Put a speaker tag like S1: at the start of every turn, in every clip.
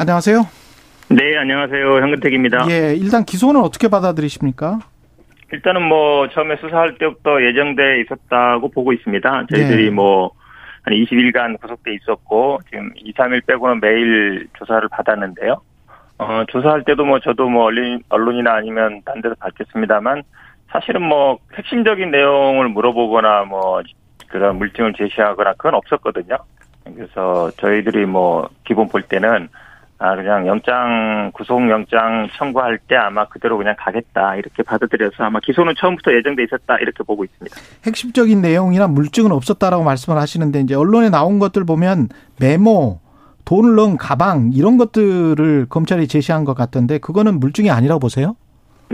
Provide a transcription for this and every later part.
S1: 안녕하세요.
S2: 네, 안녕하세요. 현근택입니다.
S1: 예, 일단 기소는 어떻게 받아들이십니까?
S2: 일단은 뭐 처음에 수사할 때부터 예정돼 있었다고 보고 있습니다. 저희들이
S1: 네.
S2: 뭐 한 20일간 구속돼 있었고 지금 2, 3일 빼고는 매일 조사를 받았는데요. 어, 조사할 때도 뭐 저도 뭐 언론, 언론이나 아니면 딴 데서 받겠습니다만 사실은 뭐 핵심적인 내용을 물어보거나 뭐 그런 물증을 제시하거나 그건 없었거든요. 그래서 저희들이 뭐 기본 볼 때는 아 그냥 영장 구속영장 청구할 때 아마 그대로 그냥 가겠다 이렇게 받아들여서 아마 기소는 처음부터 예정돼 있었다 이렇게 보고 있습니다.
S1: 핵심적인 내용이나 물증은 없었다라고 말씀을 하시는데 이제 언론에 나온 것들 보면 메모, 돈을 넣은 가방 이런 것들을 검찰이 제시한 것 같던데 그거는 물증이 아니라고 보세요?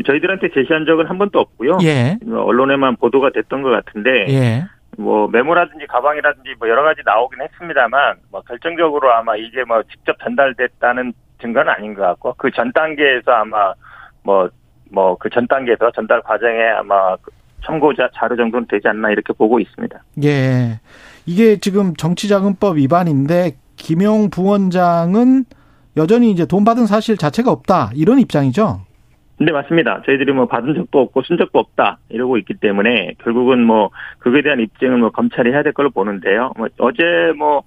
S2: 저희들한테 제시한 적은 한 번도 없고요. 뭐
S1: 예.
S2: 언론에만 보도가 됐던 것 같은데
S1: 예.
S2: 뭐 메모라든지 가방이라든지 뭐 여러 가지 나오긴 했습니다만 뭐 결정적으로 아마 이게 뭐 직접 전달됐다는 증거는 아닌 것 같고 그 전 단계에서 아마 뭐 뭐 그 전 단계에서 전달 과정에 아마 그 청구자 자료 정도는 되지 않나 이렇게 보고 있습니다.
S1: 예. 이게 지금 정치자금법 위반인데 김용 부원장은 여전히 이제 돈 받은 사실 자체가 없다 이런 입장이죠.
S2: 네, 맞습니다. 저희들이 뭐 받은 적도 없고 쓴 적도 없다 이러고 있기 때문에 결국은 뭐 그거에 대한 입증은 뭐 검찰이 해야 될 걸로 보는데요. 뭐 어제 뭐,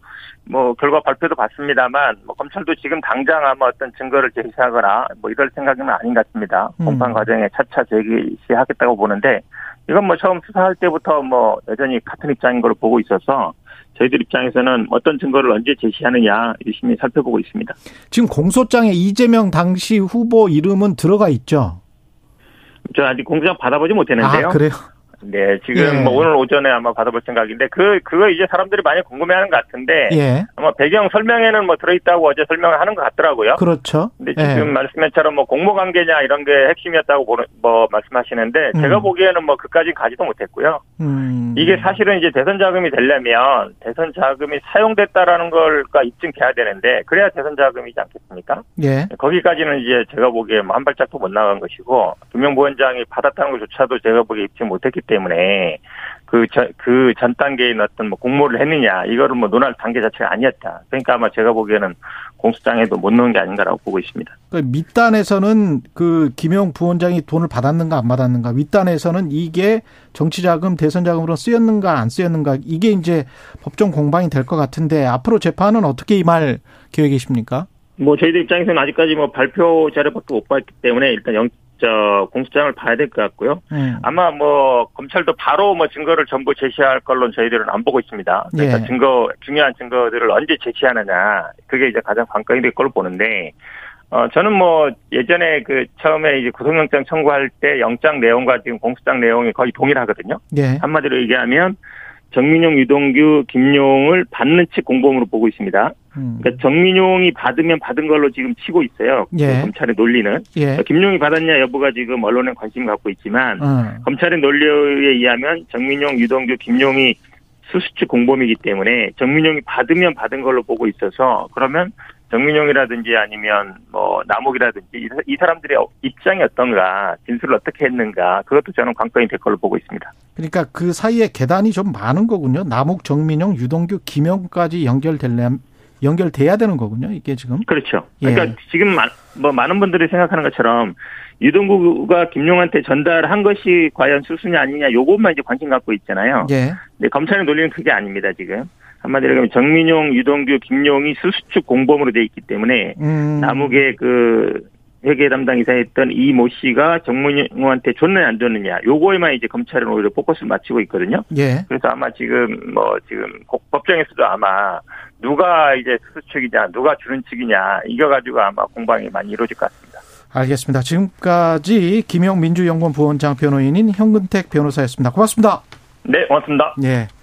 S2: 뭐 결과 발표도 봤습니다만 뭐 검찰도 지금 당장 아마 어떤 증거를 제시하거나 뭐 이럴 생각은 아닌 것 같습니다.
S1: 음.
S2: 공판 과정에 차차 제기하겠다고 보는데 이건 뭐 처음 수사할 때부터 뭐 여전히 같은 입장인 걸로 보고 있어서 저희들 입장에서는 어떤 증거를 언제 제시하느냐 유심히 살펴보고 있습니다.
S1: 지금 공소장에 이재명 당시 후보 이름은 들어가 있죠.
S2: 저 아직 공소장 받아보지 못했는데요.
S1: 아 그래요.
S2: 네, 지금
S1: 예.
S2: 뭐 오늘 오전에 아마 받아볼 생각인데 그 그거 이제 사람들이 많이 궁금해하는 것 같은데
S1: 예.
S2: 아마 배경 설명에는 뭐 들어있다고 어제 설명을 하는 것 같더라고요.
S1: 그렇죠.
S2: 근데
S1: 예.
S2: 지금 말씀처럼 뭐 공모 관계냐 이런 게 핵심이었다고 보는 뭐 말씀하시는데
S1: 음.
S2: 제가 보기에는 뭐 그까지 가지도 못했고요.
S1: 음.
S2: 이게 사실은 이제 대선 자금이 되려면 대선 자금이 사용됐다라는 걸까 입증해야 되는데 그래야 대선 자금이지 않겠습니까?
S1: 예.
S2: 네, 거기까지는 이제 제가 보기에 뭐한 발짝도 못 나간 것이고 김명부 원장이 받았다는 것조차도 제가 보기에 입증 못했기 때문에 그전 그 전 단계인 어떤 뭐 공모를 했느냐 이거를 뭐 논할 단계 자체가 아니었다. 그러니까 아마 제가 보기에는 공수장에도 못 넣은 게 아닌가라고 보고 있습니다.
S1: 그 밑단에서는 그 김용 부원장이 돈을 받았는가 안 받았는가, 윗단에서는 이게 정치자금, 대선자금으로 쓰였는가 안 쓰였는가, 이게 이제 법정 공방이 될 것 같은데 앞으로 재판은 어떻게 임할 계획이십니까?
S2: 뭐 저희들 입장에서는 아직까지 뭐 발표 자료밖에 못 봤기 때문에 일단 영, 저 공수장을 봐야 될 것 같고요.
S1: 음.
S2: 아마 뭐 검찰도 바로 뭐 증거를 전부 제시할 걸로 저희들은 안 보고 있습니다. 그러니까
S1: 예.
S2: 증거 중요한 증거들을 언제 제시하느냐 그게 이제 가장 관건이 될 걸로 보는데 어 저는 뭐 예전에 그 처음에 이제 구속영장 청구할 때 영장 내용과 지금 공수장 내용이 거의 동일하거든요.
S1: 예.
S2: 한마디로 얘기하면 정민용, 유동규, 김용을 받는 측 공범으로 보고 있습니다.
S1: 음.
S2: 그러니까 정민용이 받으면 받은 걸로 지금 치고 있어요.
S1: 예.
S2: 검찰의 논리는
S1: 예.
S2: 김용이 받았냐 여부가 지금 언론에 관심 갖고 있지만
S1: 음.
S2: 검찰의 논리에 의하면 정민용, 유동규, 김용이 수수치 공범이기 때문에 정민용이 받으면 받은 걸로 보고 있어서 그러면 정민용이라든지 아니면 뭐 남욱이라든지 이, 사- 이 사람들의 입장이 어떤가 진술을 어떻게 했는가 그것도 저는 관건이 될 걸로 보고 있습니다.
S1: 그러니까 그 사이에 계단이 좀 많은 거군요. 남욱, 정민용, 유동규, 김용까지 연결될래 연결돼야 되는 거군요. 이게 지금.
S2: 그렇죠.
S1: 예.
S2: 그러니까 지금 마- 뭐 많은 분들이 생각하는 것처럼 유동구가 김용한테 전달한 것이 과연 수수냐 아니냐 요것만 이제 관심 갖고 있잖아요.
S1: 예.
S2: 네, 검찰의 논리는 그게 아닙니다, 지금. 한마디로 얘기하면 정민용, 유동규, 김용이 수수축 공범으로 돼 있기 때문에
S1: 음.
S2: 남욱의 그 회계 담당 이사였던 이 모 씨가 정민용한테 줬느냐 안 줬느냐 요거에만 이제 검찰은 오히려 포커스를 맞추고 있거든요.
S1: 예.
S2: 그래서 아마 지금 뭐 지금 고- 법정에서도 아마 누가 이제 수수축이냐 누가 주는 측이냐 이거 가지고 아마 공방이 많이 이루어질 것 같습니다.
S1: 알겠습니다. 지금까지 김용 민주연구원 부원장 변호인인 현근택 변호사였습니다. 고맙습니다.
S2: 네, 고맙습니다.
S1: 예.